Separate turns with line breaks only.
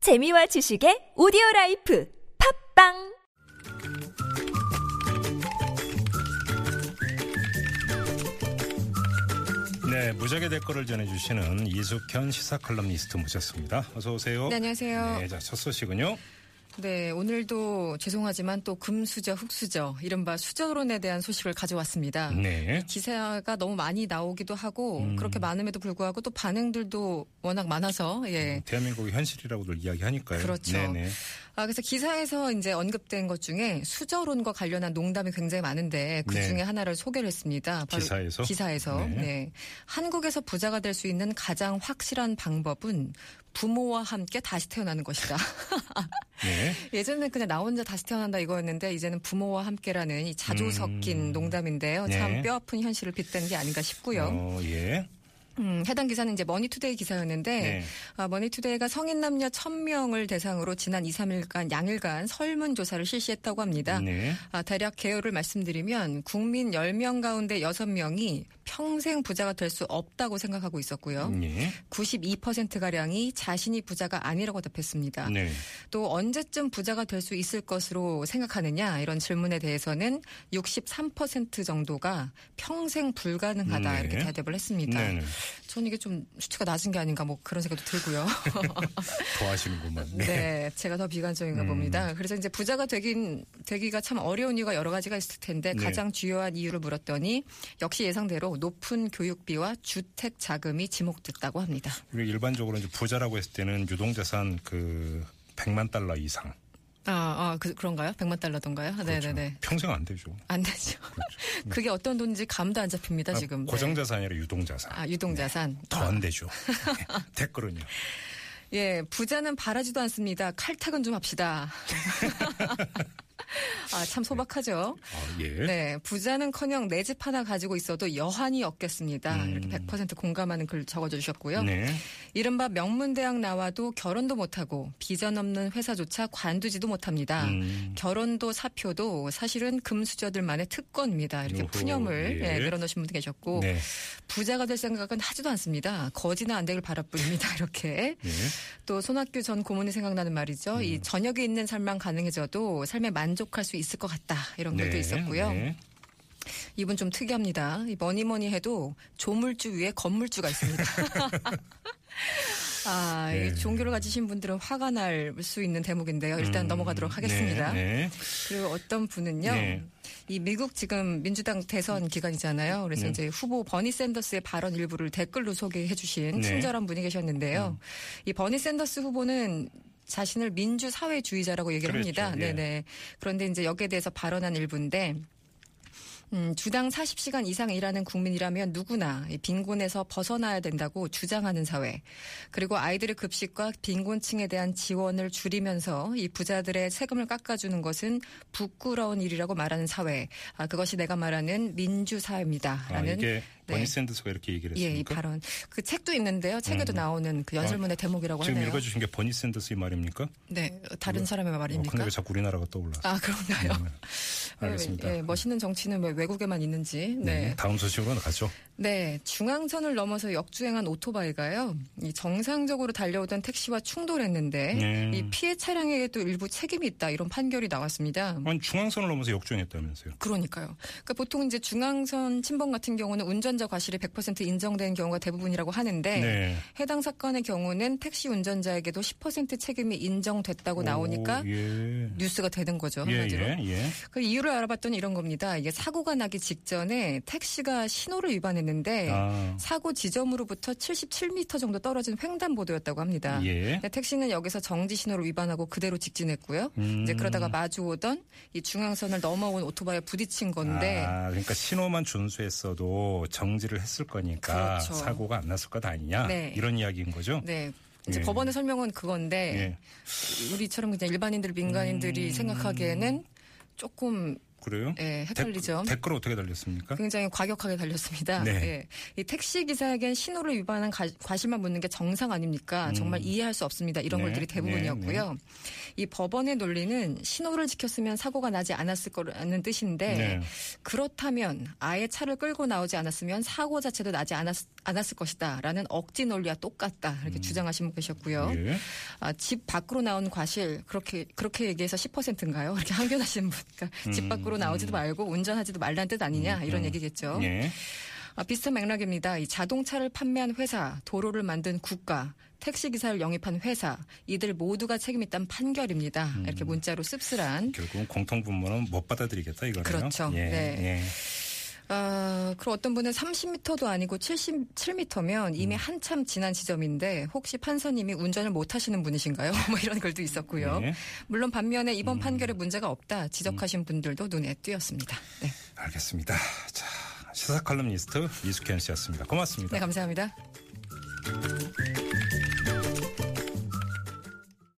재미와 지식의 오디오 라이프 팝빵
네, 무작위 댓글을 전해주시는 이숙현 시사칼럼니스트 모셨습니다. 어서 오세요.
네, 안녕하세요.
네,
네.
자, 첫 소식은요.
오늘도 죄송하지만 또 금수저, 흑수저, 이른바 수저론에 대한 소식을 가져왔습니다.
네.
기사가 너무 많이 나오기도 하고 그렇게 많음에도 불구하고 또 반응들도 워낙 많아서
음.
예.
대한민국의 현실이라고들 이야기하니까요.
그렇죠.
네네.
아 그래서 기사에서 이제 언급된 것 중에 수저론과 관련한 농담이 굉장히 많은데 그 중에
네.
하나를 소개를 했습니다. 바로
기사에서?
기사에서
네.
네. 한국에서 부자가 될 수 있는 가장 확실한 방법은 부모와 함께 다시 태어나는 것이다.
네.
예전에는 그냥 나 혼자 다시 태어난다 이거였는데 이제는 부모와 함께라는 이 자조
음.
섞인 농담인데요.
네.
참 뼈아픈 현실을 빗댄 게 아닌가 싶고요.
어, 예.
음, 해당 기사는 이제 머니투데이 기사였는데
네.
아, 머니투데이가 성인 남녀 1000명을 대상으로 지난 2, 3일간 양일간 설문조사를 실시했다고 합니다.
네.
아, 대략 개요를 말씀드리면 국민 10명 가운데 6명이 평생 부자가 될 수 없다고 생각하고 있었고요.
예.
92%가량이 자신이 부자가 아니라고 답했습니다.
네.
또 언제쯤 부자가 될 수 있을 것으로 생각하느냐 이런 질문에 대해서는 63% 정도가 평생 불가능하다
네.
이렇게 대답을 했습니다.
네네.
저는 이게 좀 수치가 낮은 게 아닌가 뭐 그런 생각도 들고요.
좋아하시는구만.
네. 제가 더 비관적인가
음.
봅니다. 그래서 이제 부자가 되긴 되기가 참 어려운 이유가 여러 가지가 있을 텐데
네.
가장 주요한 이유를 물었더니 역시 예상대로 높은 교육비와 주택 자금이 지목됐다고 합니다.
그리고 일반적으로 이제 부자라고 했을 때는 유동자산 그 100만 달러 이상.
아, 아 그, 런가요 100만 달러던가요?
그렇죠.
네네네.
평생 안 되죠.
안 되죠. 그게 어떤 돈인지 감도 안 잡힙니다, 지금. 네.
아, 고정자산이 아니라 유동자산.
아, 유동자산.
더 안 되죠. 네. 댓글은요.
예, 부자는 바라지도 않습니다. 칼탁은 좀 합시다. 아, 참 소박하죠?
아, 예.
네, 부자는 커녕 내 집 하나 가지고 있어도 여한이 없겠습니다. 이렇게 100% 공감하는 글 적어줘 주셨고요.
음. 네.
이른바 명문대학 나와도 결혼도 못하고 비전 없는 회사조차 관두지도 못합니다.
음.
결혼도 사표도 사실은 금수저들만의 특권입니다. 이렇게
요호,
푸념을
예.
예, 늘어놓으신 분도 계셨고
네.
부자가 될 생각은 하지도 않습니다. 거지나 안 되길 바랄 뿐입니다. 이렇게
네.
또 손학규 전 고문이 생각나는 말이죠. 이 저녁에 있는 삶만 가능해져도 삶에 만족할 수 있을 것 같다 이런 글도
네.
있었고요.
네.
이분 좀 특이합니다. 이 뭐니 뭐니 해도 조물주 위에 건물주가 있습니다. 아, 이
네.
종교를 가지신 분들은 화가 날 수 있는 대목인데요. 일단
음,
넘어가도록 하겠습니다.
네, 네.
그리고 어떤 분은요.
네.
이 미국 지금 민주당 대선 기간이잖아요.
네.
그래서 이제 후보 버니 샌더스의 발언 일부를 댓글로 소개해 주신
네. 음.
친절한 분이 계셨는데요. 이 버니 샌더스 후보는 자신을 민주사회주의자라고 얘기를
그랬죠.
합니다.
예.
네네. 그런데 이제 여기에 대해서 발언한 일부인데 음, 주당 40시간 이상 일하는 국민이라면 누구나 이 빈곤에서 벗어나야 된다고 주장하는 사회. 그리고 아이들의 급식과 빈곤층에 대한 지원을 줄이면서 이 부자들의 세금을 깎아주는 것은 부끄러운 일이라고 말하는 사회. 아, 그것이 내가 말하는
아,
민주사회입니다라는
이게 버니
네.
샌더스가 이렇게 얘기를
예,
했습니까? 음. 아,
이 발언. 그 책도 있는데요. 책에도 나오는 그 연설문의 대목이라고
지금
하네요.
읽어주신 게 버니 샌더스의 말입니까?
네, 다른 사람의
어, 근데
말입니까?
왜 자꾸 우리나라가 떠올라서? 음,
아, 그런가요?
알겠습니다.
예, 멋있는 정치는 왜 외국에만 있는지. 네.
다음 소식으로 가죠.
네, 중앙선을 넘어서 역주행한 오토바이가요. 이 정상적으로 달려오던 택시와 충돌했는데
네.
이 피해 차량에게도 일부 책임이 있다 이런 판결이 나왔습니다.
아니, 중앙선을 넘어서 역주행했다면서요?
그러니까요. 그러니까 보통 이제 중앙선 침범 같은 경우는 운전자 과실이 100% 인정된 경우가 대부분이라고 하는데
네.
해당 사건의 경우는 택시 운전자에게도 10% 책임이 인정됐다고 나오니까
오, 예.
뉴스가 되는 거죠
예,
한마디로.
예, 예.
그 이유를 알아봤더니 이런 겁니다. 이게 사고가 나기 직전에 택시가 신호를 위반했는데
아,
사고 지점으로부터 77m 정도 떨어진 횡단보도였다고 합니다.
예.
근데 택시는 여기서 정지 신호를 위반하고 그대로 직진했고요.
음.
이제 그러다가 마주오던 이 중앙선을 넘어온 오토바이에 부딪힌 건데
아, 그러니까 신호만 준수했어도 정지를 했을 거니까
그렇죠.
사고가 안 났을 것 아니냐?
네.
이런 이야기인 거죠?
네. 이제
예.
법원의 설명은 그건데
예. 음.
우리처럼 그냥 일반인들 민간인들이 생각하기에는 조금
그래요?
예, 헷갈리죠.
댓글, 댓글 어떻게 달렸습니까?
굉장히 과격하게 달렸습니다.
네.
예. 이 택시 기사에겐 신호를 위반한 가- 과실만 묻는 게 정상 아닙니까? 정말 이해할 수 없습니다. 이런
음. 네,
것들이 대부분이었고요.
네,
이 법원의 논리는 신호를 지켰으면 사고가 나지 않았을 거라는 뜻인데
네.
그렇다면 아예 차를 끌고 나오지 않았으면 사고 자체도 나지 않았, 않았을 것이다라는 억지 논리와 똑같다
음.
이렇게 주장하신 분 계셨고요.
예.
아, 집 밖으로 나온 과실 그렇게 그렇게 얘기해서 10%인가요? 이렇게 항변하시는 분. 그러니까 집 밖으로 나오지도 말고 운전하지도 말란 뜻 아니냐 이런 얘기겠죠.
예.
아, 비슷한 맥락입니다. 이 자동차를 판매한 회사, 도로를 만든 국가, 택시 기사를 영입한 회사 이들 모두가 책임 있다는 판결입니다. 이렇게 문자로 씁쓸한
결국은 공통분모는 못 받아들이겠다 이거네요.
그렇죠.
예.
네.
예.
아, 그리고 어떤 분은 30m도 아니고 77m면 이미 한참 지난 지점인데 혹시 판사님이 운전을 못 하시는 분이신가요? 뭐 이런 글도 있었고요.
예.
물론 반면에 이번 판결에 문제가 없다 지적하신 분들도 눈에 띄었습니다. 네,
알겠습니다. 자, 네. 시사 칼럼니스트 이숙현 씨였습니다. 고맙습니다.
네 감사합니다.